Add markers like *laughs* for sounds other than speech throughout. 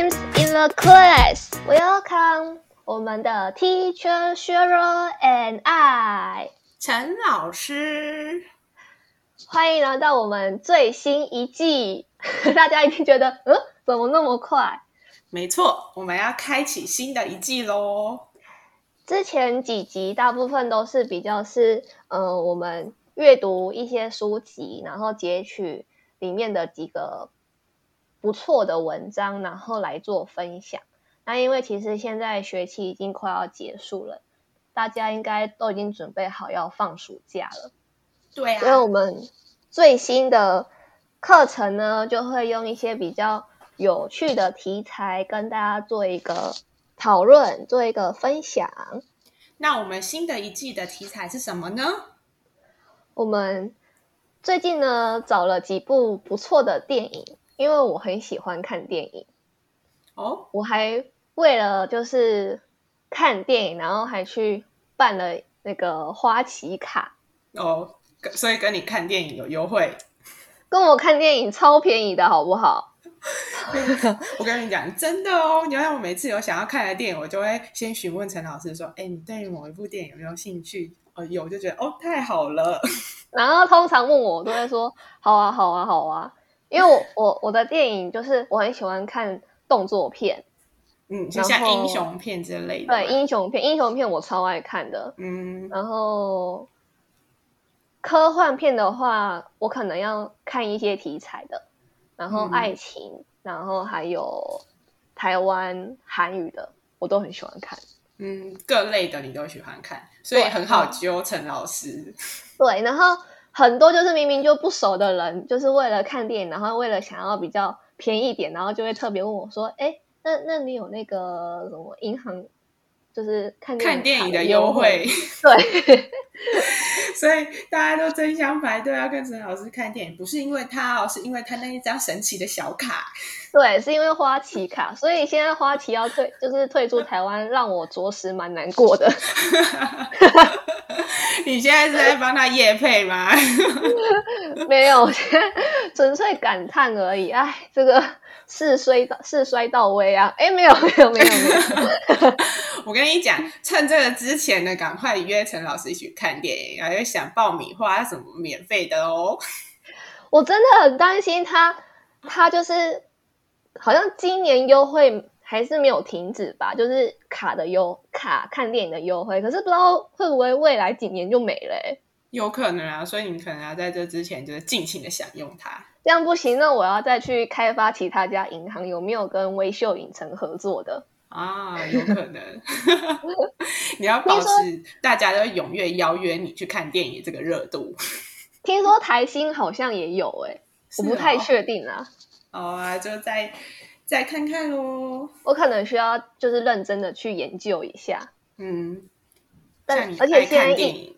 the class, welcome 我们的 teacher Cheryl and I，陈老师，欢迎来到我们最新一季。 *laughs* 大家一定觉得，嗯，怎么那么快？没错，我们要开启新的一季喽。之前几集大部分都是比较是，呃，我们阅读一些书籍，然后截取里面的几个不错的文章，然后来做分享。那因为其实现在学期已经快要结束了，大家应该都已经准备好要放暑假了，对所以我啊，们最新的课程呢，就会用一些比较有趣的题材跟大家做一个讨论，做一个分享。那我们新的一季的题材是什么呢？我们最近呢找了几部不错的电影，因为我很喜欢看电影，哦，我还为了就是看电影，然后还去办了那个花旗卡，哦，跟所以跟你看电影有优惠。跟我看电影超便宜的好不好？我跟你讲，真的哦，你看我每次有想要看的电影，我就会先询问陈老师说：“哎，你对于某一部电影有没有兴趣？”哦，有，我就觉得哦，太好了。然后通常问我，我都会说好啊，好啊，好啊，因为我我我的电影就是我很喜欢看动作片，嗯，就像然后英雄片之类的嘛。对英雄片，英雄片我超爱看的，嗯，然后科幻片的话，我可能要看一些题材的，然后嗯爱情，然后还有台湾韩语的，我都很喜欢看。嗯，各类的你都喜欢看，所以对嗯很好揪陈老师。对，然后很多就是明明就不熟的人，就是为了看电影，然后为了想要比较便宜一点，然后就会特别问我说：“哎，那那你有那个什么银行，就是看电影看电卡影的优优惠， *laughs* 对， *laughs* 所以大家都争相排队要跟陈老师看电影，不是因为他哦，是因为他那一张神奇的小卡。对，是因为花旗卡，所以现在花旗要退，就是退出台湾，让我着实蛮难过的。 *laughs* 你现在是在帮他夜配吗？ *laughs* 没有，现在纯粹感叹而已。哎，这个事衰到事衰到位啊！哎，没有没有没有没有， *laughs* 我跟你讲，趁这个之前呢，赶快约陈老师一起看电影，还有想爆米花什么免费的哦。我真的很担心他，他就是好像今年优惠还是没有停止吧，就是卡的优卡看电影的优惠，可是不知道会不会未来几年就没了、欸。有可能啊，所以你可能要在这之前就是尽情的享用它。这样不行，那我要再去开发其他家银行，有没有跟微秀影城合作的？啊，有可能，你要保持大家都踊跃邀约你去看电影这个热度。听说台新好像也有哎、我哦不太确定啊，好啊，就再再看看喽。我可能需要就是认真的去研究一下。嗯，像但你而且爱现在看电疫影，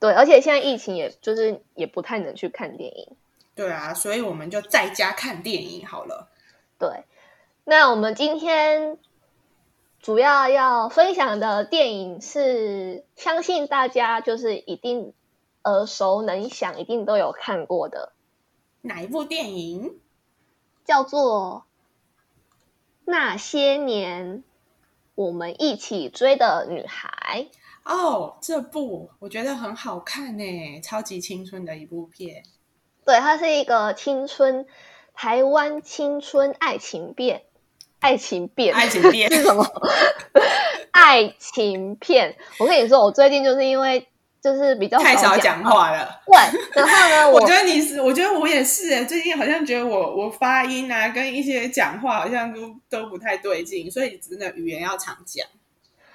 对，而且现在疫情也就是也不太能去看电影。对啊，所以我们就在家看电影好了。对，那我们今天主要要分享的电影是，相信大家就是一定耳熟能详，一定都有看过的，哪一部电影？叫做《那些年我们一起追的女孩》。哦，这部我觉得很好看呢，超级青春的一部片。对，它是一个青春台湾青春爱情片，爱情片，*laughs* 爱情片是什么？爱情片。我跟你说，我最近就是因为就是比较 *laughs* 太少讲哦讲，话了，对，然后呢， *laughs* 我我觉得你是，我觉得我也是耶。最近好像觉得我我发音啊，跟一些讲话好像都都不太对劲，所以真的语言要常讲。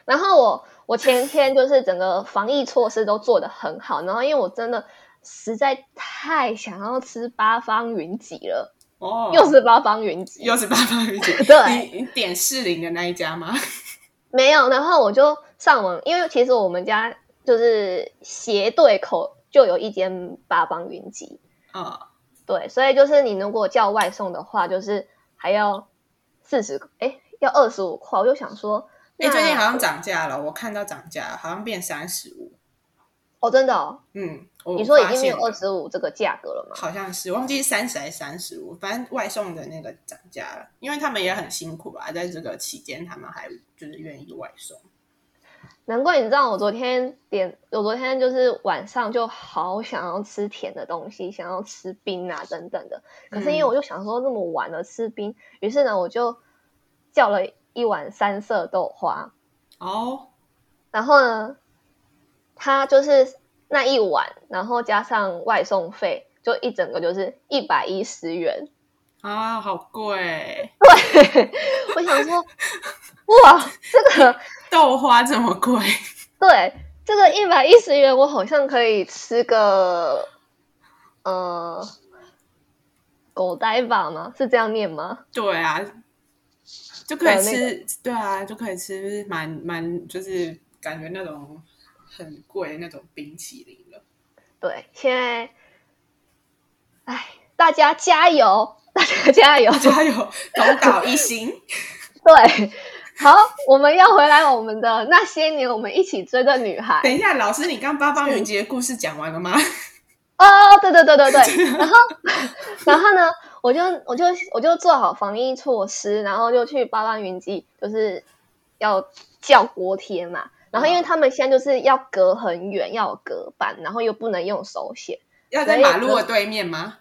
然后我我前天就是整个防疫措施都做得很好，然后因为我真的实在太想要吃八方云集了，哦，又是八方云集，又是八方云集， *laughs* 对你你点适龄的那一家吗？没有，然后我就上网，因为其实我们家就是斜对口就有一间八方云集，哦，对，所以就是你如果叫外送的话，就是还要四十，哎，要二十五块。我就想说，哎，那最近好像涨价了，我看到涨价，好像变三十五。哦，真的哦，嗯，我你说已发经没现有二十五这个价格了吗？好像是忘记三十还是三十五，反正外送的那个涨价了，因为他们也很辛苦啊，在这个期间他们还就是愿意外送。难怪你知道我昨天点，我昨天就是晚上就好想要吃甜的东西，想要吃冰啊等等的。可是因为嗯我就想说那么晚了吃冰，于是呢我就叫了一碗三色豆花，哦，然后呢，它就是那一碗，然后加上外送费，就一整个就是一百一十元。啊，好贵，我想说，哇，这个豆花这么贵，对，这个一百一十元，我好像可以吃个，呃，狗呆吧吗？是这样念吗？对啊，就可以呃吃，那对啊，就可以吃，就是蛮蛮就是感觉那种很贵的那种冰淇淋了。 *laughs* 对，现在，哎，大家加油，大家加油！加油，同岛一 *laughs* 心，对， *laughs* 好，我们要回来我们的那些年我们一起追的女孩。等一下，老师，你刚八方云集的故事讲完了吗？ *laughs* 哦，对对对对对，然后 *laughs* 然后呢，我就我就我就做好防疫措施，然后就去八万云集，就是要叫锅贴嘛。然后因为他们现在就是要隔很远，要有隔板，然后又不能用手写。要在没有马路的对面吗？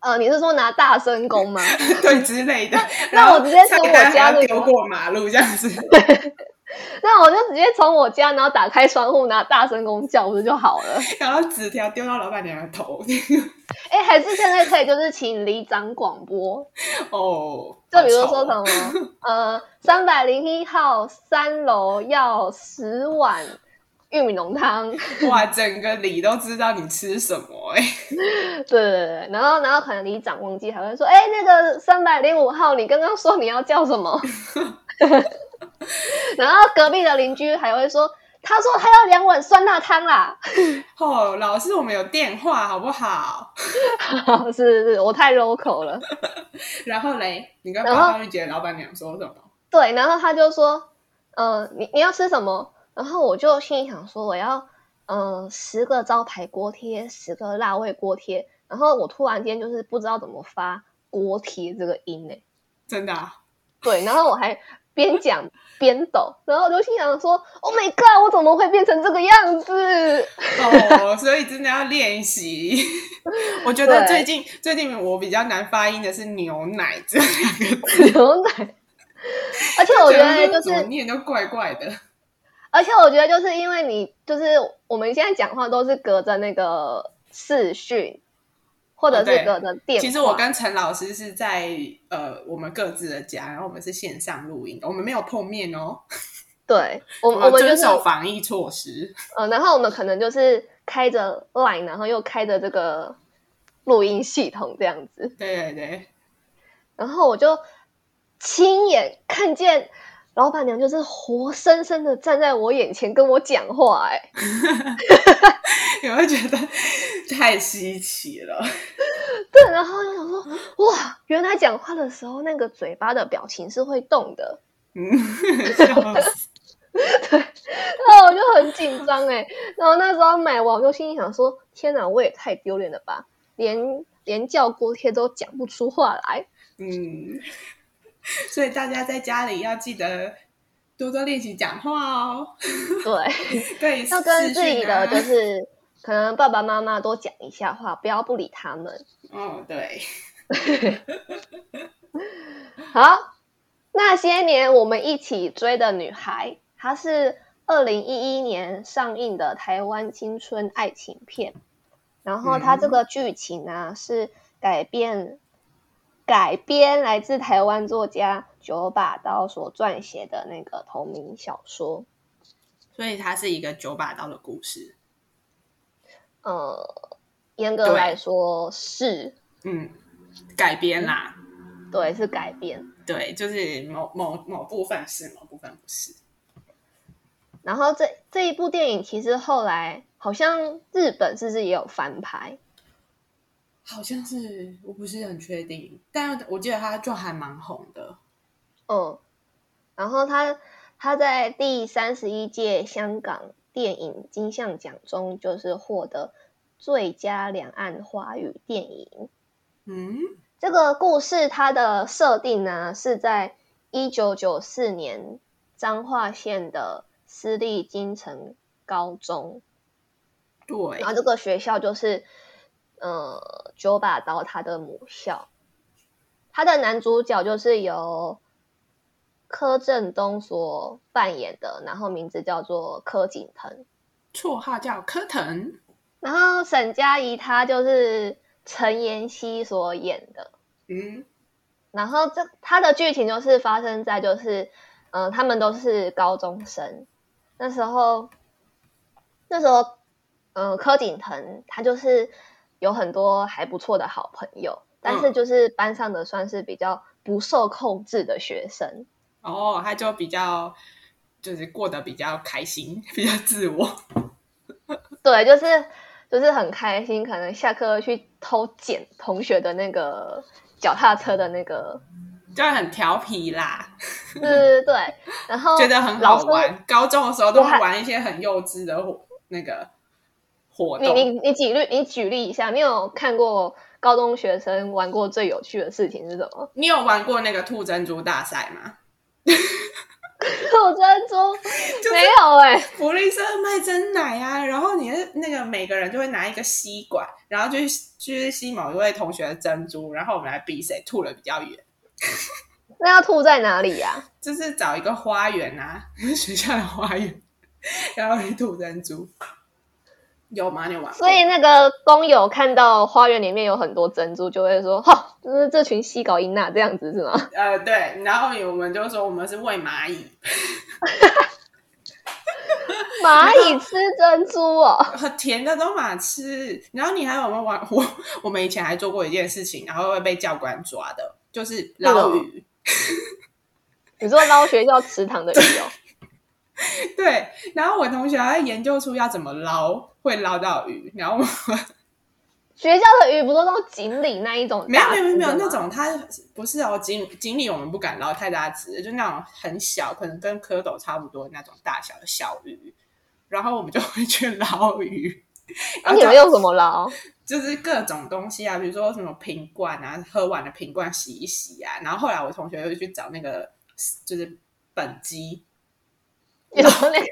呃，你是说拿大声公吗？ *laughs* *laughs* 对之类的。那然后我直接从菜我单还家要那个丢过马路这样子。那我就直接从我家，然后打开窗户，拿大声公叫不是就好了？然后纸条丢到老板娘的头。 *laughs* 哎，还是现在可以就是请离长广播，哦，就比如好说丑什哦么，呃，三百零一号三楼要十碗玉米浓汤， *laughs* 哇，整个里都知道你吃什么哎、对对对，对然后然后可能里长忘记还会说，哎，那个三百零五号，你刚刚说你要叫什么？ *laughs* 然后隔壁的邻居还会说，他说他要两碗酸辣汤啦， *laughs* 哦，老师，我们有电话好不好？是是是，我太 local 了。然后嘞，你跟然八后方玉姐老板娘说什么？对，然后他就说，嗯、你你要吃什么？然后我就心里想说，我要嗯十个招牌锅贴，十个辣味锅贴。然后我突然间就是不知道怎么发锅贴这个音呢、真的、啊，对，然后我还边讲边抖，然后我就心想说，Oh my god，我怎么会变成这个样子？ *laughs* 哦， *laughs* 所以真的要练习。 *laughs* 我觉得最对近最近我比较难发音的是牛奶这两个字，牛奶。而且我觉得哦就怎么是，念都怪怪的。而且我觉得就是因为你就是我们现在讲话都是隔着那个视讯，或哦者对是隔着电话。其实我跟陈老师是在呃我们各自的家，然后我们是线上录音，我们没有碰面哦。对我们，我我们们就遵是守防疫措施。呃，然后我们可能就是开着 Line，然后又开着这个录音系统这样子，对对对，然后我就亲眼看见老板娘就是活生生的站在我眼前跟我讲话、哎，有没有觉得 *laughs* 太稀奇了？ *laughs* 对，然后就想说，哇，原来讲话的时候那个嘴巴的表情是会动的，嗯，笑死 *laughs* 然后我就很紧张哎、然后那时候买完，我就心里想说：天哪，我也太丢脸了吧！连连叫锅贴都讲不出话来。嗯，所以大家在家里要记得多多练习讲话哦。对，对，要跟视自己讯啊的就是可能爸爸妈妈多讲一下话，不要不理他们。哦，对，好，那些年我们一起追的女孩，她是二零一一年上映的台湾青春爱情片，然后它这个剧情呢、是改编改编来自台湾作家九把刀所撰写的那个同名小说。所以它是一个九把刀的故事。呃，严格对来说是嗯，改编啦。对是改编，对，就是某某某部分是，某部分不是。然后这这一部电影其实后来好像日本是不是也有翻拍？好像是，我不是很确定，但我记得他就还蛮红的。嗯，然后他他在第三十一届香港电影金像奖中就是获得最佳两岸华语电影。嗯，这个故事它的设定呢是在一九九四年彰化县的私立金城高中，对然，后这个学校就是呃九把刀他的母校，他的男主角就是由柯震东所扮演的，然后名字叫做柯景腾，绰号叫柯腾。然后沈佳宜她就是陈妍希所演的，嗯，然后这它的剧情就是发生在就是，嗯、他们都是高中生，那时候，那时候，嗯、柯景腾他就是有很多还不错的好朋友，但嗯是就是班上的算是比较不受控制的学生，哦，他就比较就是过得比较开心，比较自我。对，就是就是很开心，可能下课去偷捡同学的那个脚踏车的那个，就很调皮啦，对对对，然后 *laughs* 觉得很哦老好师玩。高中的时候都我会还玩一些很幼稚的活那个活你你动。你举例你举例一下，你有看过高中学生玩过最有趣的事情是什么？ *laughs* 你有玩过那个吐珍珠大赛吗？吐珍 *laughs* 珠、是没有哎、福利社卖真奶啊，然后你的那个每个人就会拿一个吸管，然后就去就是吸某一位同学的珍珠，然后我们来比谁吐的比较远，那要吐在哪里呀、就是找一个花园啊， *laughs* 学校的花园， *laughs* 然后去吐珍珠。有吗？你有玩过？所以那个工友看到花园里面有很多珍珠，就会说：“ *laughs* 哈，就是这群西搞英娜这样子是吗 *laughs* 呃，对，然后我们就说我们是喂蚂蚁，？”蚂蚁吃珍珠哦，很甜的都马吃。然后你还有没有玩？我我们以前还做过一件事情，然后会被教官抓的，就是捞鱼。你说捞学校池塘的鱼哦？ *laughs* 对，然后我同学还研究出要怎么捞会捞到鱼，然后我学校的鱼不都到井里那一种没有大没只有的没有没有吗那种，它不是哦，锦锦鲤我们不敢捞太大只的，就那种很小，可能跟蝌蚪差不多那种大小的小鱼，然后我们就会去捞鱼，那啊然后你就们用什么捞？ *laughs* 就是各种东西啊，比如说什么瓶罐啊，喝完的瓶罐洗一洗啊，然后后来我同学又去找那个就是本机，有那个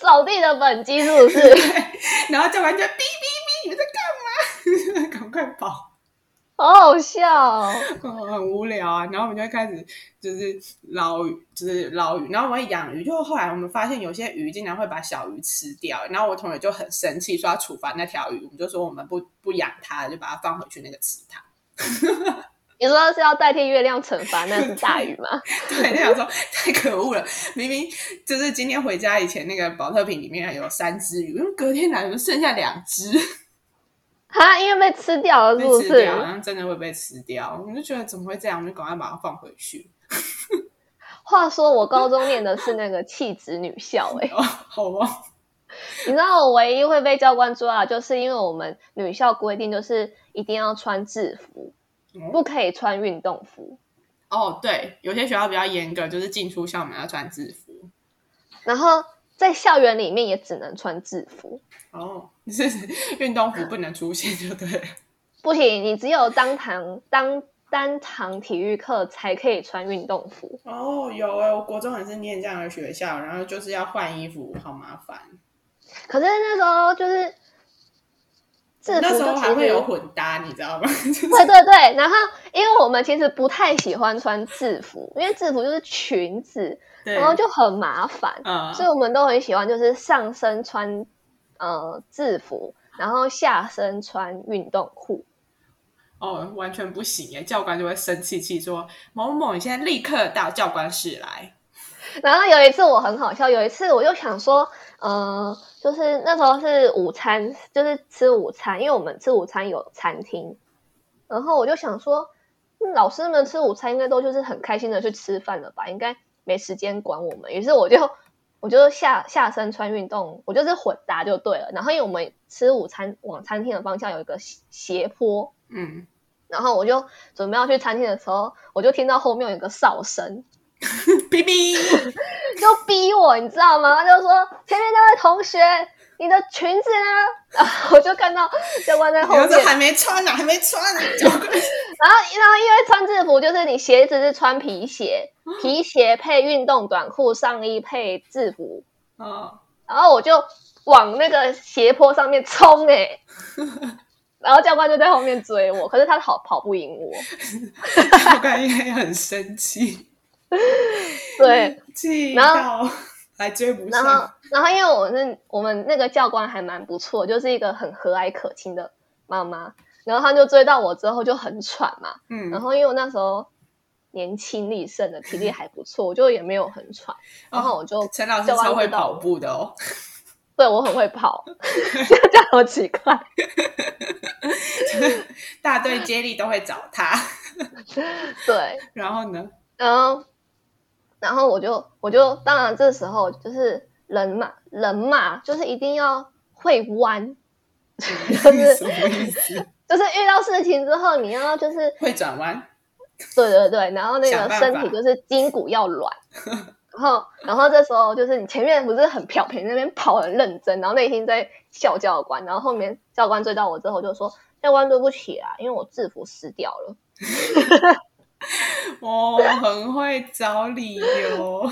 扫地的本机是不是？ *laughs* 然后教官就哔哔哔，你们在干嘛？ *laughs* 赶快跑！好好笑、哦，嗯， *laughs* 很无聊啊。然后我们就会开始就是捞鱼，就是捞鱼。然后我们会养鱼，就后来我们发现有些鱼竟然会把小鱼吃掉。欸然后我同学就很生气，说要处罚那条鱼。我们就说我们不不养它了，就把它放回去那个池塘。 *laughs* 你说是要代替月亮惩罚那只大鱼 *laughs* 吗？对，就想说太可恶了，明明就是今天回家以前那个保特瓶里面有三只鱼，隔天来就剩下两只，哈，因为被吃掉了，是被不吃是掉，？好像真的会被吃掉。我们就觉得怎么会这样，我们就赶快把它放回去。话说我高中念的是那个气质女 *laughs* 校、欸，哦，好哦，你知道我唯一会被教官抓的，就是因为我们女校规定就是一定要穿制服，不可以穿运动服。哦，对，有些学校比较严格，就是进出校门要穿制服。然后在校园里面也只能穿制服，哦， *laughs* 就是运动服不能出现就对了。不行，你只有当堂当单堂体育课才可以穿运动服。哦，有哎，我国中也是念这样的学校，然后就是要换衣服，好麻烦。可是那时候就是制服，那时候就其还会实有混搭，你知道吗？就 *laughs* 是对对对。然后，因为我们其实不太喜欢穿制服，因为制服就是裙子， *laughs* 对，然后就很麻烦，嗯，所以我们都很喜欢就是上身穿呃制服，然后下身穿运动裤。哦，完全不行耶，教官就会生气气说某某某，你现在立刻到教官室来。然后有一次我很好笑，有一次我就想说，呃，就是那时候是午餐，就是吃午餐，因为我们吃午餐有餐厅，然后我就想说，嗯老师们吃午餐应该都就是很开心的去吃饭了吧，应该没时间管我们。于是我就我就下下身穿运动，我就是混搭就对了。然后因为我们吃午餐往餐厅的方向有一个斜斜坡，嗯，然后我就准备要去餐厅的时候，我就听到后面有一个哨声，哔哔，就逼我，你知道吗？他就说前面那位同学，你的裙子呢？ *laughs* 然后我就看到教官在后然面，后然后说还没穿呢、啊还没穿呢、教官然后因为穿制服，就是你鞋子是穿皮鞋，皮鞋配运动短裤，上衣配制服，哦，然后我就往那个斜坡上面冲哎、欸然后教官就在后面追我，可是他跑跑不赢我， *laughs* 教官应该很生气，对，气然到还追不然后上。然后因为我那我们那个教官还蛮不错，就是一个很和蔼可亲的妈妈，然后他就追到我之后就很喘嘛，嗯，然后因为我那时候年轻力盛的体力还不错，我就也没有很喘，然后我就、哦陈老师教官超会知道跑步的哦，对我很会 *laughs* 跑，就这样好奇怪。大队接力都会找他。 *laughs* 对，然后呢？然后，然后我就我就当然这时候就是人嘛人嘛，就是一定要会弯，就是 *laughs* 什么意思？就是遇到事情之后，你要就是会转弯，对对对，然后那想个办身法体就是筋骨要软。 *laughs* 然后，然后这时候就是你前面不是很漂皮，那边跑很认真，然后内心在笑教官，然后后面教官追到我之后就说：“教官对不起啊，因为我制服湿掉 *laughs* 了。哦，很会找理 *laughs* 由，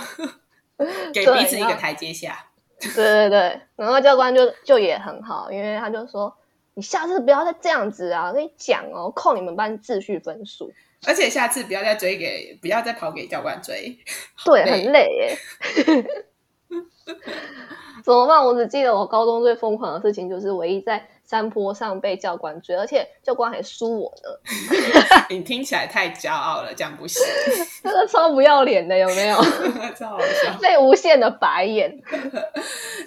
给对彼此一个然后台阶下。”对对对，然后教官就就也很好，因为他就说：“你下次不要再这样子啊，我跟你讲哦，扣你们班秩序分数。而且下次不要再追给，不要再跑给教官追。”对，累很累耶。 *laughs* 怎么办？我只记得我高中最疯狂的事情就是唯一在山坡上被教官追，而且教官还输我 *laughs* 呢，你听起来太骄傲了，这样不行， *laughs* 真的超不要脸的，有没有？ *laughs* 超好笑。被无限的白眼。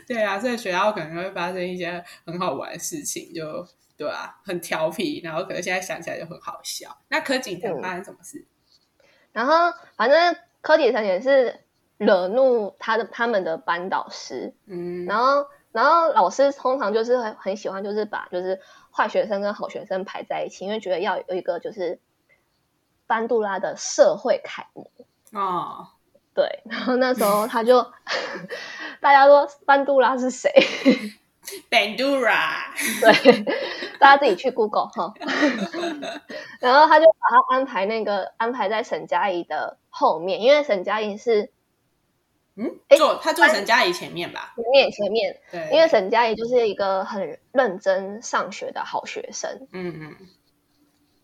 对啊，所以学校可能会发生一些很好玩的事情，就对啊，很调皮，然后可能现在想起来就很好笑。那柯景嗯腾发生什么事？然后反正柯启成也是惹怒他的他们的班导师，嗯，然后然后老师通常就是很很喜欢就是把就是坏学生跟好学生排在一起，因为觉得要有一个就是班杜拉的社会楷模。哦，对， *laughs* 然后那时候他就 *laughs* 大家说班杜拉是谁？ *laughs* Bandura，对，大家自己去 Google 哈。 *laughs* 然后他就把他安排那个安排在沈佳宜的后面，因为沈佳宜是嗯，诶坐他坐沈佳宜前面吧？前面前面，对，因为沈佳宜就是一个很认真上学的好学生，嗯嗯，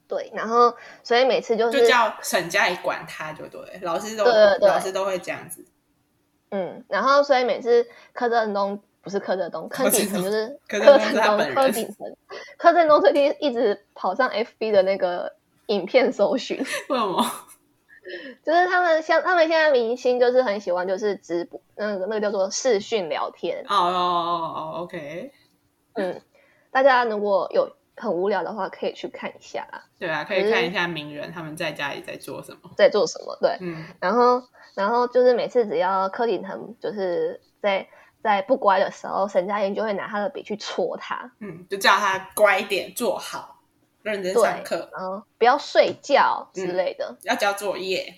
对，然后所以每次就就是叫沈佳宜管他就对了，老师都对对对老师都会这样子。嗯，然后所以每次柯震东不是柯震东，柯景腾就是柯柯震东震是他东，本人柯景腾，柯震东最近一直跑上 FB 的那个影片搜寻， *laughs* 为什么？就是他们像他们现在明星就是很喜欢就是直播，那个那个叫做视讯聊天，哦哦哦哦，OK，嗯，大家如果有很无聊的话，可以去看一下啦，对啊，可嗯以看一下名人他们在家里在做什么。在做什么，对，嗯，然后，然后就是每次只要柯景腾就是在在不乖的时候，沈佳宜就会拿他的笔去戳他，嗯，就叫他乖一点，做好，认真上课，然后不要睡觉之嗯类的。要交作业。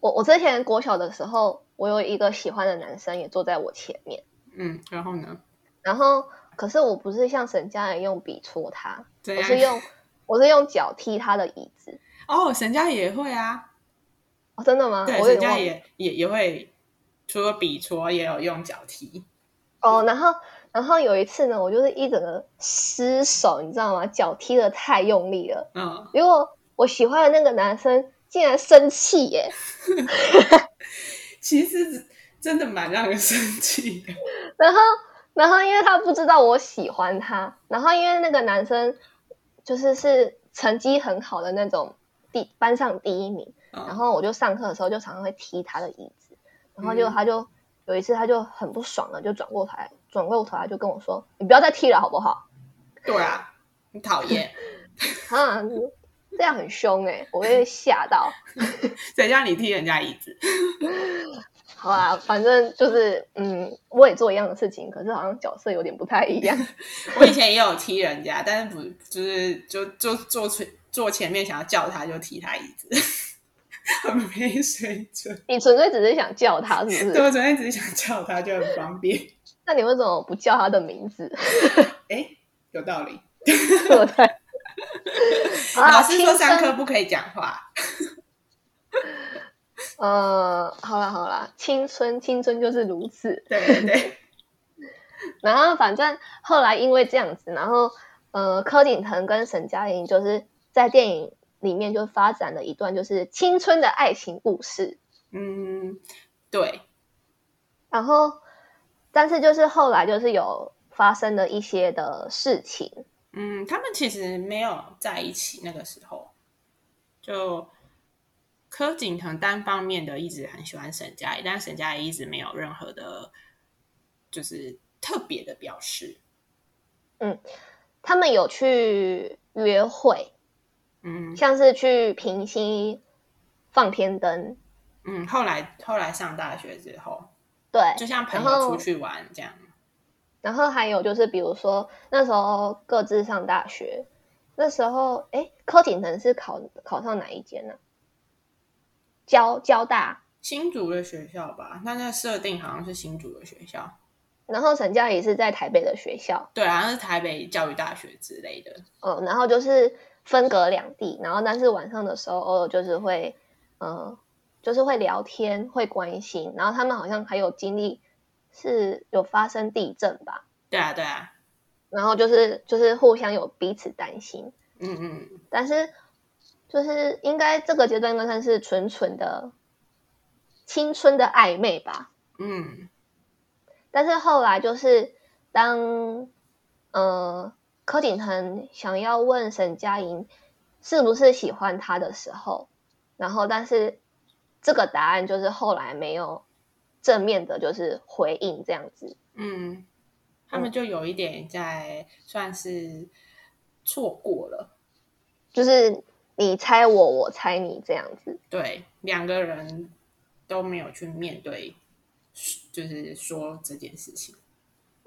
我我之前国小的时候，我有一个喜欢的男生也坐在我前面，嗯，然后呢？然后可是我不是像沈佳宜用笔戳他，怎我样？是用我是用脚踢他的椅子。哦，沈佳宜也会啊，哦，真的吗？对，我有沈点佳忘宜了也也也会，除了笔戳，也有用脚踢。哦，然后然后有一次呢，我就是一整个失手，你知道吗？脚踢的太用力了。嗯，结果我喜欢的那个男生竟然生气耶！其实真的蛮让人生气的。然后，然后因为他不知道我喜欢他，然后因为那个男生就是是成绩很好的那种第班上第一名，然嗯后我就上课的时候就常常会踢他的椅子，然后就嗯他就有一次他就很不爽了，就转过头来转过头来就跟我说：“你不要再踢了好不好对啊，很讨厌。？”啊，这样很凶哎、我会吓到。谁叫你踢人家椅子？好啦，反正就是，嗯，我也做一样的事情，可是好像角色有点不太一样。我以前也有踢人家，但是不就是就就坐前坐前面想要叫他就踢他椅子。 *laughs* 很没水准。你纯粹只是想叫他，是 *laughs* 不对，是？我昨天只是想叫他，就很方便。那你为什么不叫他的名字？ *laughs* 哎，有道理。对不 *laughs* 对？好啦老师说上，轻课声不可以讲话，呃，好啦好啦，青春青春就是如此。对对对，然后反正后来因为这样子，然后呃，柯景腾跟沈佳宜就是在电影里面就发展了一段就是青春的爱情故事。嗯，对，然后，但是就是后来就是有发生了一些的事情，嗯，他们其实没有在一起，那个时候就柯景腾单方面的一直很喜欢沈佳宜，但沈佳宜一直没有任何的，就是特别的表示。嗯他们有去约会，嗯像是去平溪放天灯，嗯，后来后来上大学之后，对，就像朋然友后出去玩这样。然后还有就是，比如说那时候各自上大学，那时候哎，柯景腾是考考上哪一间呢、交交大，新竹的学校吧，那那设定好像是新竹的学校，然后沈佳宜是在台北的学校，对啊，那是台北教育大学之类的。嗯，然后就是分隔两地，然后但是晚上的时候偶尔就是会，嗯，就是会聊天，会关心，然后他们好像还有经历是有发生地震吧，对啊，对啊，然后就是就是互相有彼此担心，嗯嗯，但是就是应该这个阶段应该算是纯纯的青春的暧昧吧。嗯，但是后来就是当呃柯景腾想要问沈佳莹是不是喜欢他的时候，然后但是这个答案就是后来没有正面的，就是回应这样子。嗯，他哦们就有一点在算是错过了，就是你猜我，我猜你这样子。对，两个人都没有去面对，就是说这件事情。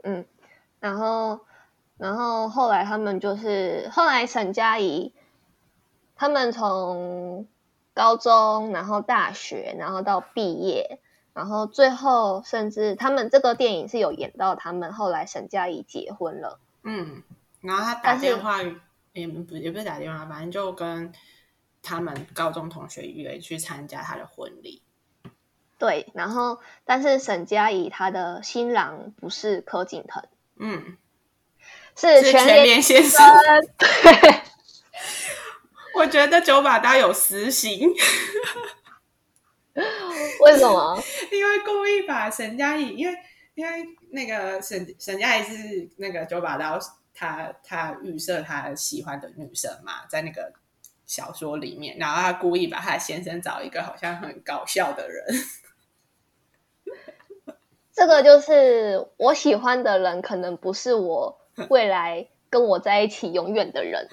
嗯，然后，然后后来他们就是后来沈佳宜，他们从高中，然后大学，然后到毕业，然后最后甚至他们这个电影是有演到他们后来沈佳宜结婚了，嗯，然后他打但是电话也不也不是打电话，反正就跟他们高中同学约去参加他的婚礼。对，然后但是沈佳宜她的新郎不是柯景腾，嗯，是全是全联联先生。对， *laughs* 我觉得九把刀有私刑，为什么？ *laughs* 因为故意把沈佳宜，因为因为那个沈沈佳宜是那个九把刀，他他预设他喜欢的女生嘛，在那个小说里面，然后他故意把他的先生找一个好像很搞笑的人，这个就是我喜欢的人，可能不是 *laughs* 我未来跟我在一起永远的人，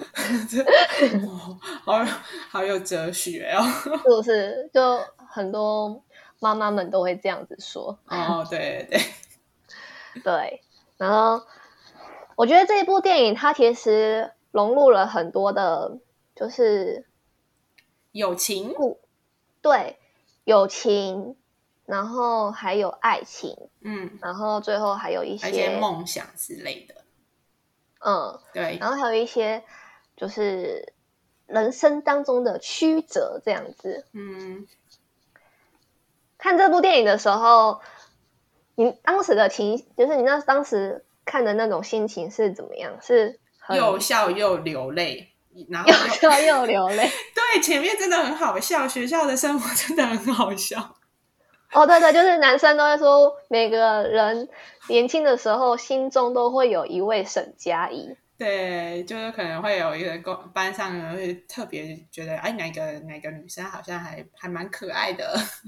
哦、 *laughs* 好有好有哲学 *laughs* 哦。是不是？就很多妈妈们都会这样子说，哦，对对对，对。然后我觉得这一部电影它其实融入了很多的，就是友情，对友情，然后还有爱情，嗯，然后最后还有一而些且梦想之类的，嗯，对然后还有一些就是人生当中的曲折这样子。嗯，看这部电影的时候，你当时的情，就是你那当时看的那种心情是怎么样？是很 *laughs* 又笑又流泪，然后又笑又流泪。对，前面真的很好笑，学校的生活真的很好笑。哦，对对，就是男生都会说，每个人年轻的时候心中都会有一位沈佳宜。对，就是可能会有一个公班上人会特别觉得，哎，哪个哪个女生好像还还蛮可爱的， *laughs*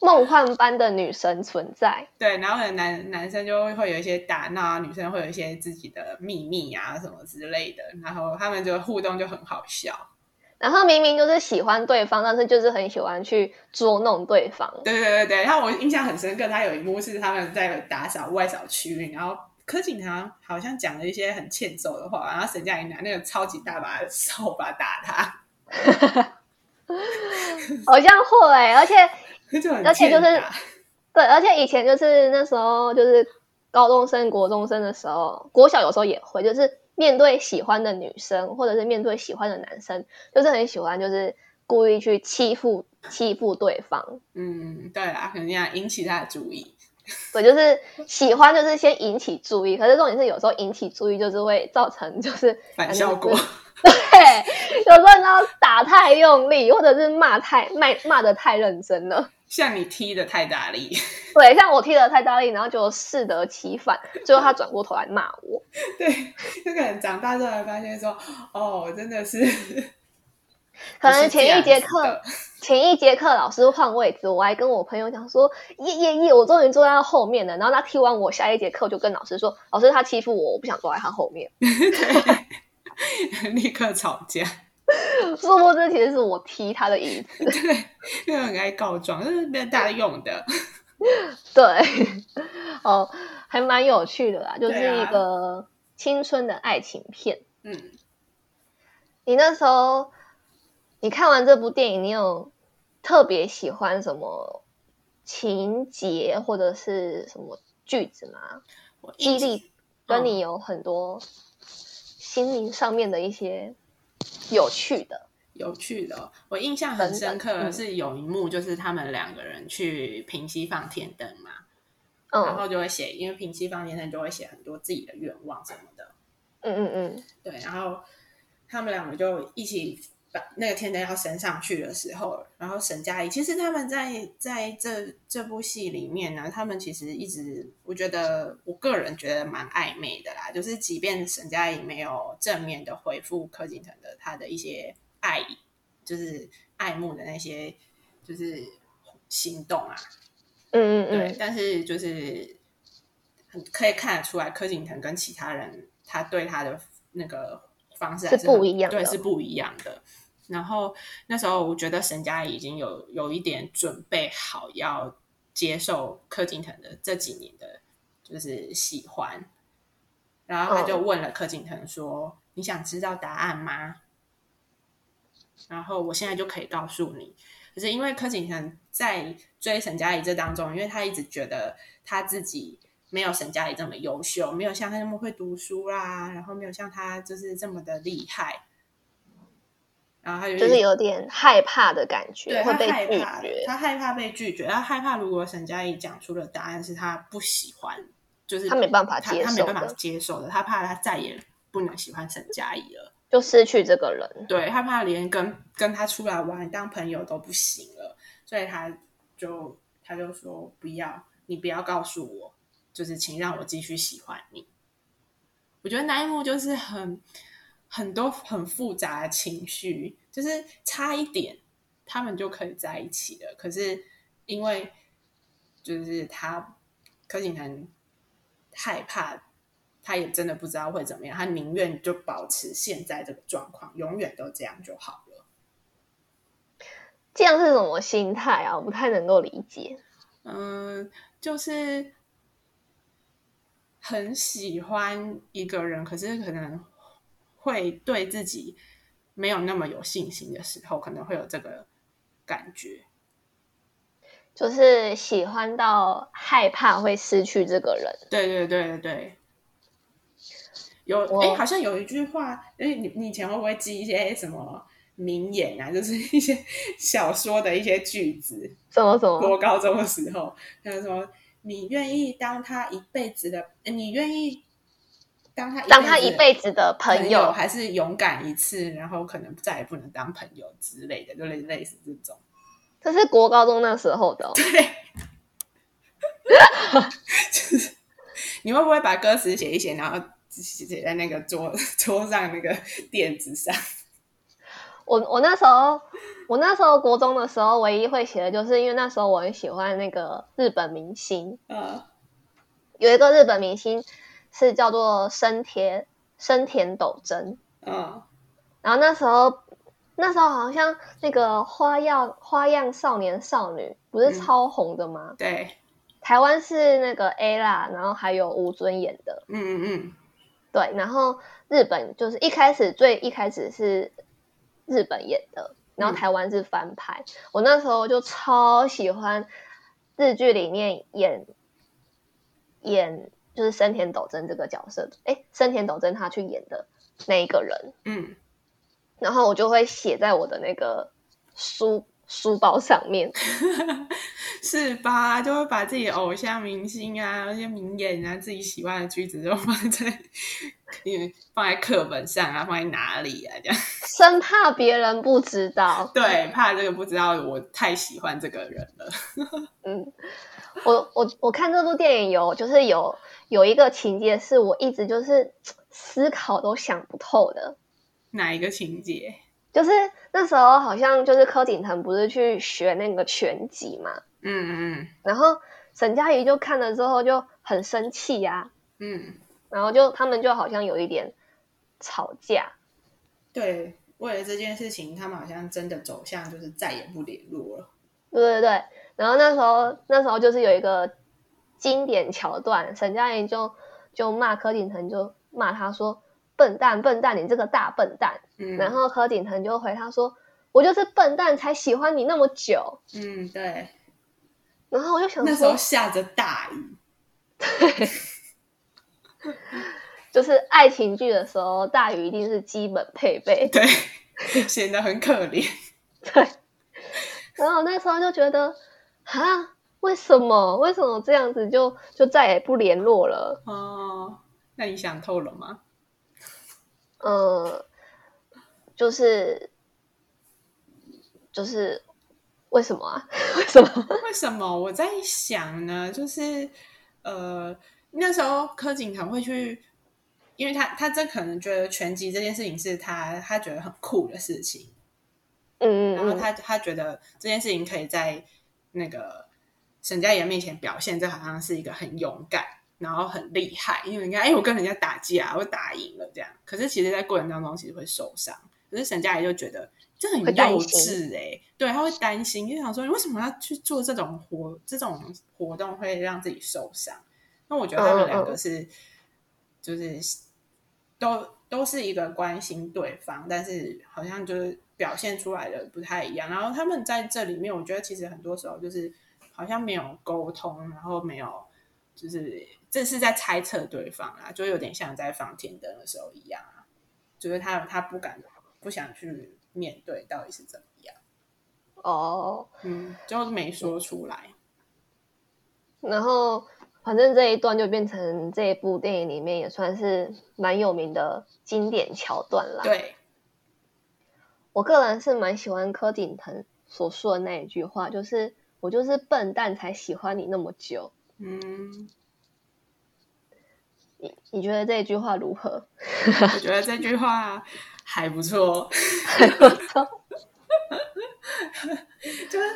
梦幻般的女神存在，对，然后有男男生就会有一些打闹啊，女生会有一些自己的秘密啊什么之类的，然后他们就互动就很好笑，然后明明就是喜欢对方，但是就是很喜欢去捉弄对 *laughs* 方。对对对对。然后我印象很深刻，他有一幕是他们在打扫外扫区，然后柯景堂好像讲了一些很欠揍的话，然后沈佳宜拿那个超级大把的扫把打他。偶像会、而且 *laughs* 就很而且就是欠打对，而且以前就是那时候就是高中生、国中生的时候，国小有时候也会，就是面对喜欢的女生或者是面对喜欢的男生，就是很喜欢就是故意去欺负欺负对方，嗯，对啦，肯定要引起他的注意。对，就是喜欢就是先引起注意，可是重点是有时候引起注意就是会造成就是 *laughs* 反效果，对，有时候你知道打太用力，或者是骂太骂骂的太认真了。 *laughs* 像你踢的太大 *laughs* 力，对，像我踢了太大力，然后就适得其反，最后他转过头来骂我。对，那个人长大之后才发现说，哦，真的 *laughs* 是，可能前一节不是这课样，前一节课老师换位置，我还跟我朋友讲说，耶耶耶，我终于坐在他后面了。然后他踢完我，下一节课就跟老师说，老师他欺负我，我不想坐在他后面。 *laughs* 子的 *laughs* 立刻吵架，殊不知其实是我踢他的椅子。那个很爱告状，这是没有大家用的。对， *laughs* 哦，还蛮有趣的啦，就是对一啊个青春的爱情片。嗯，你那时候你看完这部电影，你有特别喜欢什么情节或者是什么句子吗？ *laughs* 我激印励跟你有很多心灵上面的一些有趣的，有趣的哦、我印象很深刻等等的嗯是有一幕，就是他们两个人去平西放天灯嘛，然嗯后就会写，因为平西放天灯就会写很多自己的愿望什么的，嗯嗯嗯，对，然后他们两个就一起把那个天灯要升上去的时候，然后沈佳宜，其实他们在在这这部戏里面呢，他们其实一直我觉得我个人觉得蛮暧昧的啦，就是即便沈佳宜没有正面的回复柯景腾的他的一些爱，就是爱慕的那些就是行动啊，嗯嗯对，嗯，但是就是很可以看得出来，柯景腾跟其他人他对他的那个方式还是很不一样的对，是不一样的。然后那时候我觉得沈佳宜已经有有一点准备好要接受柯景腾的这几年的，就是喜欢。然后他哦就问了柯景腾说：“你想知道答案吗？”然后我现在就可以告诉你，可是因为柯景腾在追沈佳宜这当中，因为他一直觉得他自己没有沈佳宜这么优秀，没有像他那么会读书啦，然后没有像他就是这么的厉害，嗯然后他就就是有点害怕的感觉，对会他被害拒怕，绝。他害怕被拒绝，他害怕如果沈佳宜讲出的答案是他不喜欢，就是他没办法他接他受没办法的接受的，他怕他再也不能喜欢沈佳宜了。就失去这个人。对，他怕连跟跟他出来玩当朋友都不行了，所以他就他就说不要，你不要告诉我，就是请让我继续喜欢你。我觉得那一幕就是很很多很复杂的情绪，就是差一点他们就可以在一起了，可是因为就是他柯景腾害怕，他也真的不知道会怎么样，他宁愿就保持现在这个状况，永远都这样就好了。这样是什么心态啊？我不太能够理解。嗯，就是很喜欢一个人，可是可能会对自己没有那么有信心的时候，可能会有这个感觉。就是喜欢到害怕会失去这个人，对对对对对，有我哎，好像有一句话，因为你你以前会不会记一些什么名言啊？就是一些 *laughs* 小说的一些句子。什么什么，我高中的时候，他说：“你愿意当他一辈子的，呃你愿意当他当他一辈辈子子的的朋朋友，还是勇敢一次，然后可能再也不能当朋友之类的，就类类似这种。”这是国高中那时候的哦、你会不会把歌词写一写，然后写在那个桌 *laughs* 桌上那个垫子上？我我那时候，我那时候国中的时候，唯一会写的就是因为那时候我很喜欢那个日本明星，呃，有一个日本明星是叫做生田生田斗真，嗯，然后那时候那时候好像那个花样花样少年少女不是嗯超红的吗？对，台湾是那个 A 啦，然后还有吴尊演的，嗯嗯嗯，对，然后日本就是一开始最一开始是日本演的，然后台湾是翻拍。我那时候就超喜欢日剧里面演演就是森田斗真这个角色，哎，森田斗真他去演的那一个人，嗯，然后我就会写在我的那个书书包上面。是吧？就会把自己的偶像、明星啊、那些名言啊、自己喜欢的句子都放在， *laughs* 因为放在课本上啊，放在哪里啊？这样生怕别人不知道。对，怕这个不知道我太喜欢这个人了。嗯，我我我看这部电影有就是有有一个情节是我一直就是思考都想不透的，哪一个情节？就是那时候好像就是柯景腾不是去学那个拳击嘛，嗯嗯然后沈佳宜就看了之后就很生气呀、啊嗯，然后就他们就好像有一点吵架，对，为了这件事情，他们好像真的走向就是再也不联络了。对对对，然后那时候那时候就是有一个经典桥段，沈佳宜就就骂柯景腾，就骂他说笨蛋笨蛋，你这个大笨蛋。嗯，然后柯景腾就回他说，我就是笨蛋才喜欢你那么久。嗯，对，然后我就想那时说候，下着大雨，就是爱情剧的时候，大鱼一定是基本配备。对， *laughs* 显得很可怜。然后那时候就觉得，啊，为什么为什么这样子就就再也不联络了？哦，那你想透了吗？嗯，就是就是为什么啊？ *laughs* 为什么？ *laughs* 为什么我在想呢？就是呃，那时候柯景腾会去，因为他他真可能觉得拳击这件事情是他他觉得很酷的事情，嗯然后嗯嗯，他他觉得这件事情可以在那个沈佳宜的面前表现，这好像是一个很勇敢，然后很厉害，因为人家哎，我跟人家打架，我打赢了这样。可是其实，在过程当中其实会受伤，可是沈佳宜就觉得这很会担幼心稚哎、对，他会担心，就想说你为什么要去做这种活这种活动会让自己受伤？那我觉得他们两个是，就是都都是一个关心对方，但是好像就是表现出来的不太一样。然后他们在这里面，我觉得其实很多时候就是好像没有沟通，然后没有就是这是在猜测对方啊，就有点像在放天灯的时候一样啊，就是他他不敢不想去面对到底是怎么样，哦，嗯，就没说出来。然后反正这一段就变成这一部电影里面也算是蛮有名的经典桥段啦。对，我个人是蛮喜欢柯景腾所说的那一句话，就是我就是笨蛋才喜欢你那么久。嗯。你你觉得这一句话如何？我觉得这句话还不错， *laughs* 就是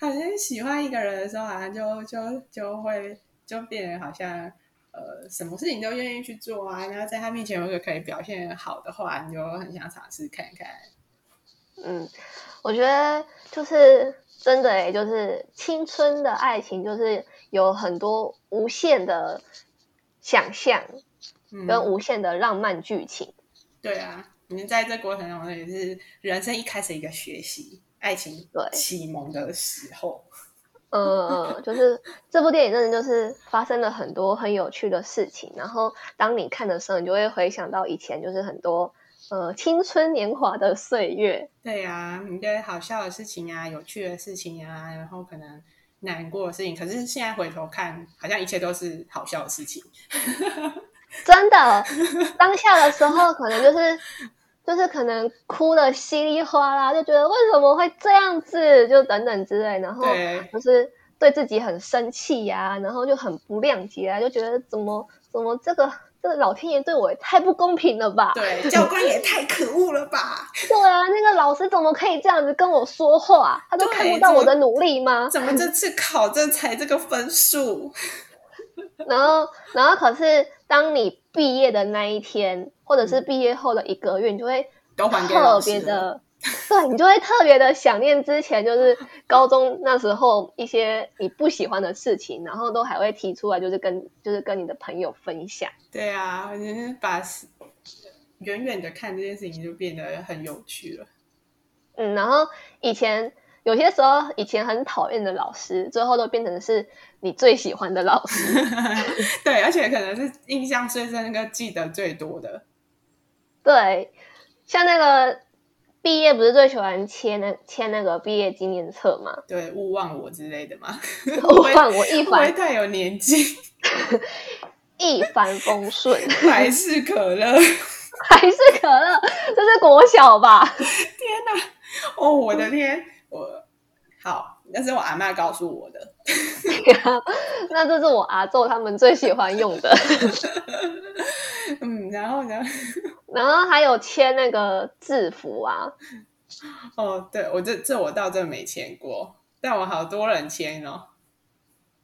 好像喜欢一个人的时候，好像就就就会就变得好像呃，什么事情都愿意去做啊。然后在他面前，如果可以表现好的话，你就很想尝试看看。嗯，我觉得就是真的诶、就是青春的爱情，就是有很多无限的想象跟嗯，无限的浪漫剧情。对啊，你们在这过程中也是人生一开始一个学习爱情对启蒙的时候。嗯嗯，嗯就是这部电影真的就是发生了很多很有趣的事情，然后当你看的时候，你就会回想到以前就是很多呃青春年华的岁月。对呀、你的好笑的事情啊，有趣的事情啊，然后可能难过的事情，可是现在回头看，好像一切都是好笑的事情。真的，当下的时候可能就是 *laughs* 就是可能哭的稀里哗啦，就觉得为什么会这样子，就等等之类，然后对就是对自己很生气呀、然后就很不谅解啊，就觉得怎么怎么这个这个老天爷对我也太不公平了吧？对，教官也太可恶了吧？对啊，那个老师怎么可以这样子跟我说话？ *laughs* 他都对看不到怎么我的努力吗？怎么这次考这才这个 *laughs* 分数？然后，然后可是当你毕业的那一天，或者是毕业后的一个月，你就会都还给老特别师了的， *laughs* 对你就会特别的想念之前就是高中那时候一些你不喜欢的事情，然后都还会提出来，就是跟就是跟你的朋友分享。对啊，你是把远远的看这件事情就变得很有趣了。 *laughs* 嗯，然后以前有些时候，以前很讨厌的老师，最后都变成是你最喜欢的老师。对，而且可能是印象最深、跟记得最多的。对，像那个毕业不是最喜欢签那签那个毕业纪念册 *laughs* 嘛？对，勿忘我之类的嘛，我忘我一不会帆太有年纪，一帆风顺， *laughs* *laughs* 百事可乐。还是可乐？这是国小吧？ *laughs* 哦，我嗯的天，我好，那是我阿妈告诉我的。那这是我阿昼他们最喜欢用的。 *laughs* 嗯，然后呢？然后还有签那个制服啊，哦，对我这这我倒真没签过，但我好多人签哦，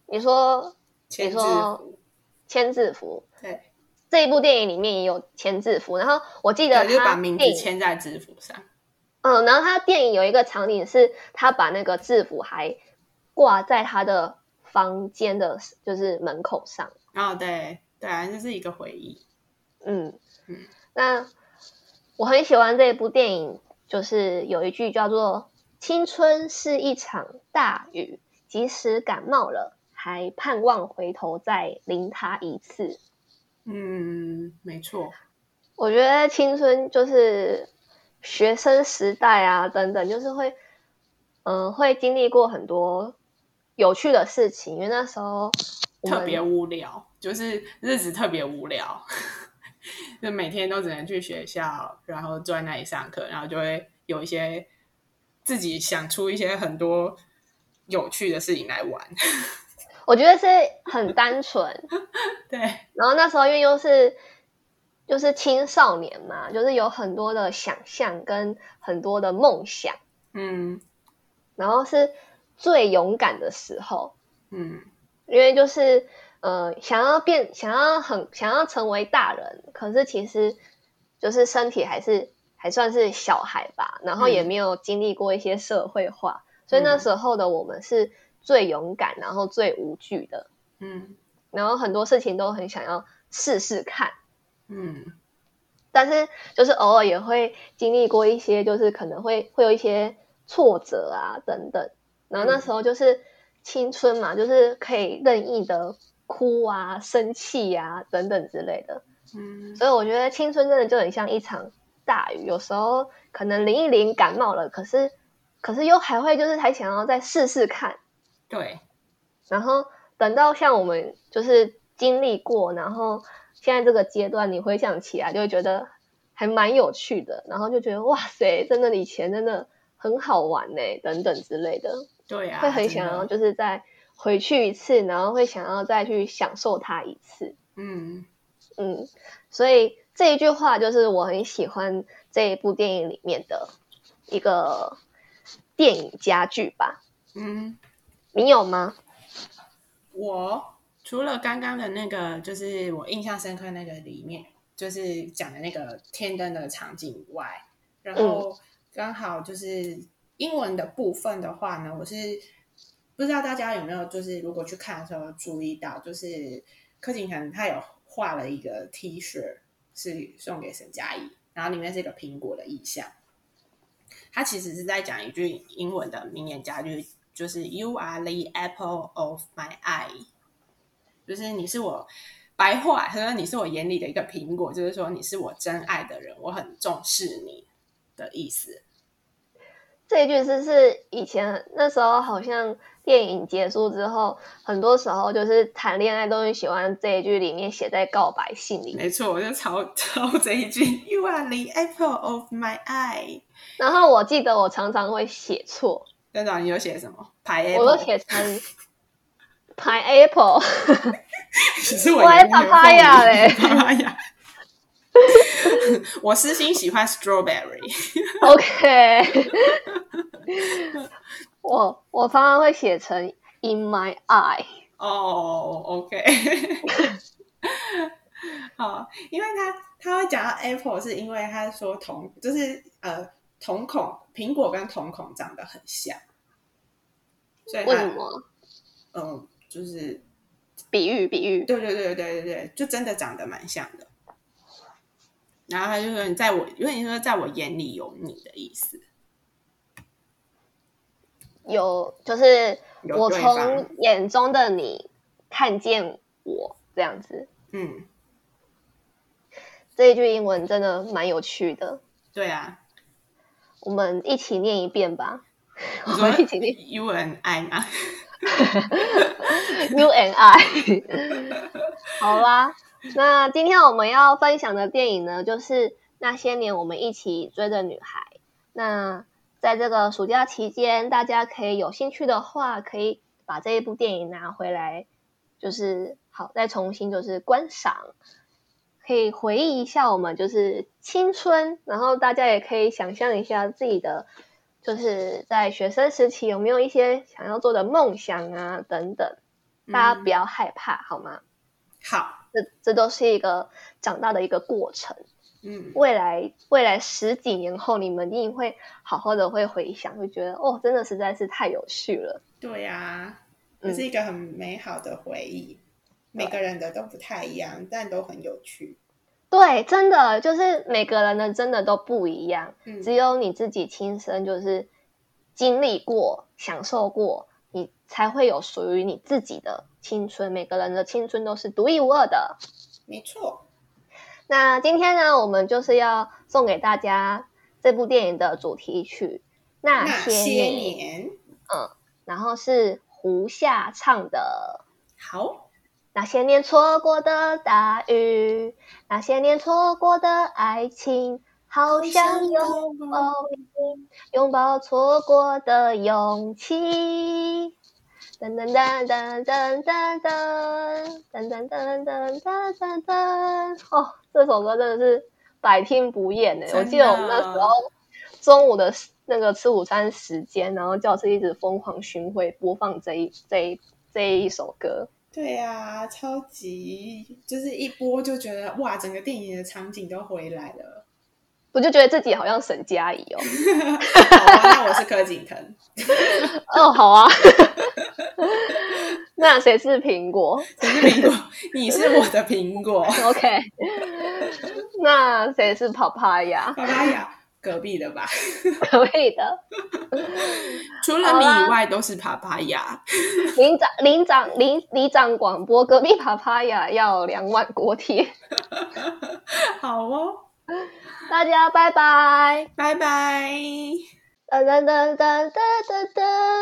你说签你字说符。签制服，对，这一部电影里面也有签制服，然后我记得对，就是他把名字电影签在制服上。嗯，然后他电影有一个场景是，他把那个制服还挂在他的房间的，就是门口上。哦，对，对啊，这是一个回忆。嗯嗯那我很喜欢这部电影，就是有一句叫做“青春是一场大雨，即使感冒了，还盼望回头再淋它一次”。嗯，没错。我觉得青春就是学生时代啊，等等，就是会，嗯、会经历过很多有趣的事情，因为那时候我特别们无聊，就是日子特别无聊， *laughs* 就每天都只能去学校，然后坐在那里上课，然后就会有一些自己想出一些很多有趣的事情来玩。 *laughs* 我觉得是很单纯，对，然后那时候因为又是就是青少年嘛，就是有很多的想象跟很多的梦想，嗯然后是最勇敢的时候，嗯，因为就是呃，想要变，想要很想要成为大人，可是其实就是身体还是还算是小孩吧，然后也嗯没有经历过一些社会化，所以那嗯时候的我们是最勇敢，然后最无惧的，嗯然后很多事情都很想要试试看。嗯，但是就是偶尔也会经历过一些，就是可能会会有一些挫折啊等等。然后那时候就是青春嘛，就是可以任意的哭啊、生气啊等等之类的。嗯，所以我觉得青春真的就很像一场大雨，有时候可能淋一淋感冒了，可是可是又还会就是还想要再试试看。对，然后等到像我们就是经历过，然后现在这个阶段，你回想起来就会觉得还蛮有趣的，然后就觉得哇塞，真的以前真的很好玩呢、等等之类的，对啊，会很想要真的就是再回去一次，然后会想要再去享受它一次，嗯嗯，所以这一句话就是我很喜欢这一部电影里面的一个电影佳句吧，嗯。你有吗？我除了刚刚的那个，就是我印象深刻那个里面，就是讲的那个天灯的场景以外，然后刚好就是英文的部分的话呢，我是不知道大家有没有就是如果去看的时候注意到，就是柯景腾他有画了一个 T 恤是送给沈佳宜，然后里面是一个苹果的意象。他其实是在讲一句英文的名言佳句，就是 “You are the apple of my eye”，就是你是我白话，他说你是我眼里的一个苹果，就是说你是我真爱的人，我很重视你的意思。这一句是是以前那时候好像电影结束之后，很多时候就是谈恋爱都很喜欢这一句里面写在告白信里。没错，我就抄 *laughs* 抄这一句 “You are the apple of my eye”。然后我记得我常常会写错，队长，你有写什么？排我都 apple，写成 pineapple， *laughs* *laughs* 其实我我还眼里怕有他呀凤梨嘞啪啪呀。 *laughs* 我私心喜欢 strawberry。 OK，我我常常会写成 in my eye。哦、o k 好，因为他他会讲到 Apple，是因为他说瞳就是呃瞳孔苹果跟瞳孔长得很像，所以为什他么？嗯就是比喻比喻。对对对对对对，就真的长得蛮像的。然后他就说你在我，因为你说在我眼里有你的意思，有，就是有我对从方眼中的你看见我这样子。嗯，这一句英文真的蛮有趣的，对啊，我们一起念一遍吧。我你们一起说念 U N I 吗？ *laughs* You and I。好 *laughs* 啦，那今天我们要分享的电影呢，就是《那些年我们一起追的女孩》。那在这个暑假期间，大家可以有兴趣的话，可以把这一部电影拿回来，就是好再重新就是观赏，可以回忆一下我们就是青春，然后大家也可以想象一下自己的。就是在学生时期有没有一些想要做的梦想啊等等，大家嗯不要害怕，好吗？好，这这都是一个长大的一个过程。嗯，未来未来十几年后，你们一定会好好的会回想，会觉得哦，真的实在是太有趣了。对呀、嗯这是一个很美好的回忆。每个人的都不太一样，但都很有趣。对，真的就是每个人的真的都不一样，嗯，只有你自己亲身就是经历过、享受过，你才会有属于你自己的青春。每个人的青春都是独一无二的。没错。那今天呢，我们就是要送给大家这部电影的主题曲《那那些些年》，年，然后是胡夏唱的《好，那些年错过的大雨》，那些年错过的爱情，好哦想拥抱你，拥抱错过的勇气。噔噔噔噔噔噔噔噔噔噔噔噔噔噔！哦，这首歌真的是百听不厌呢。我记得我们那时候中午的那个吃午餐时间，然后教室一直疯狂巡回播放这一这一这一首歌。对啊，超级就是一播就觉得哇，整个电影的场景都回来了。我就觉得自己好像沈佳宜哦。好吧，那我是柯景腾，哦，好啊。那谁是苹果谁是苹果？你是我的苹果。 *laughs* ？OK。那谁是泡泡呀？爸爸呀，隔壁的吧？ *laughs* 可以的。除了你啊以外都是爸爸呀。领长、领长、领里长广播，隔壁帕帕亚要两碗锅贴，好哦，大家拜拜。拜拜。噔噔噔噔噔噔噔。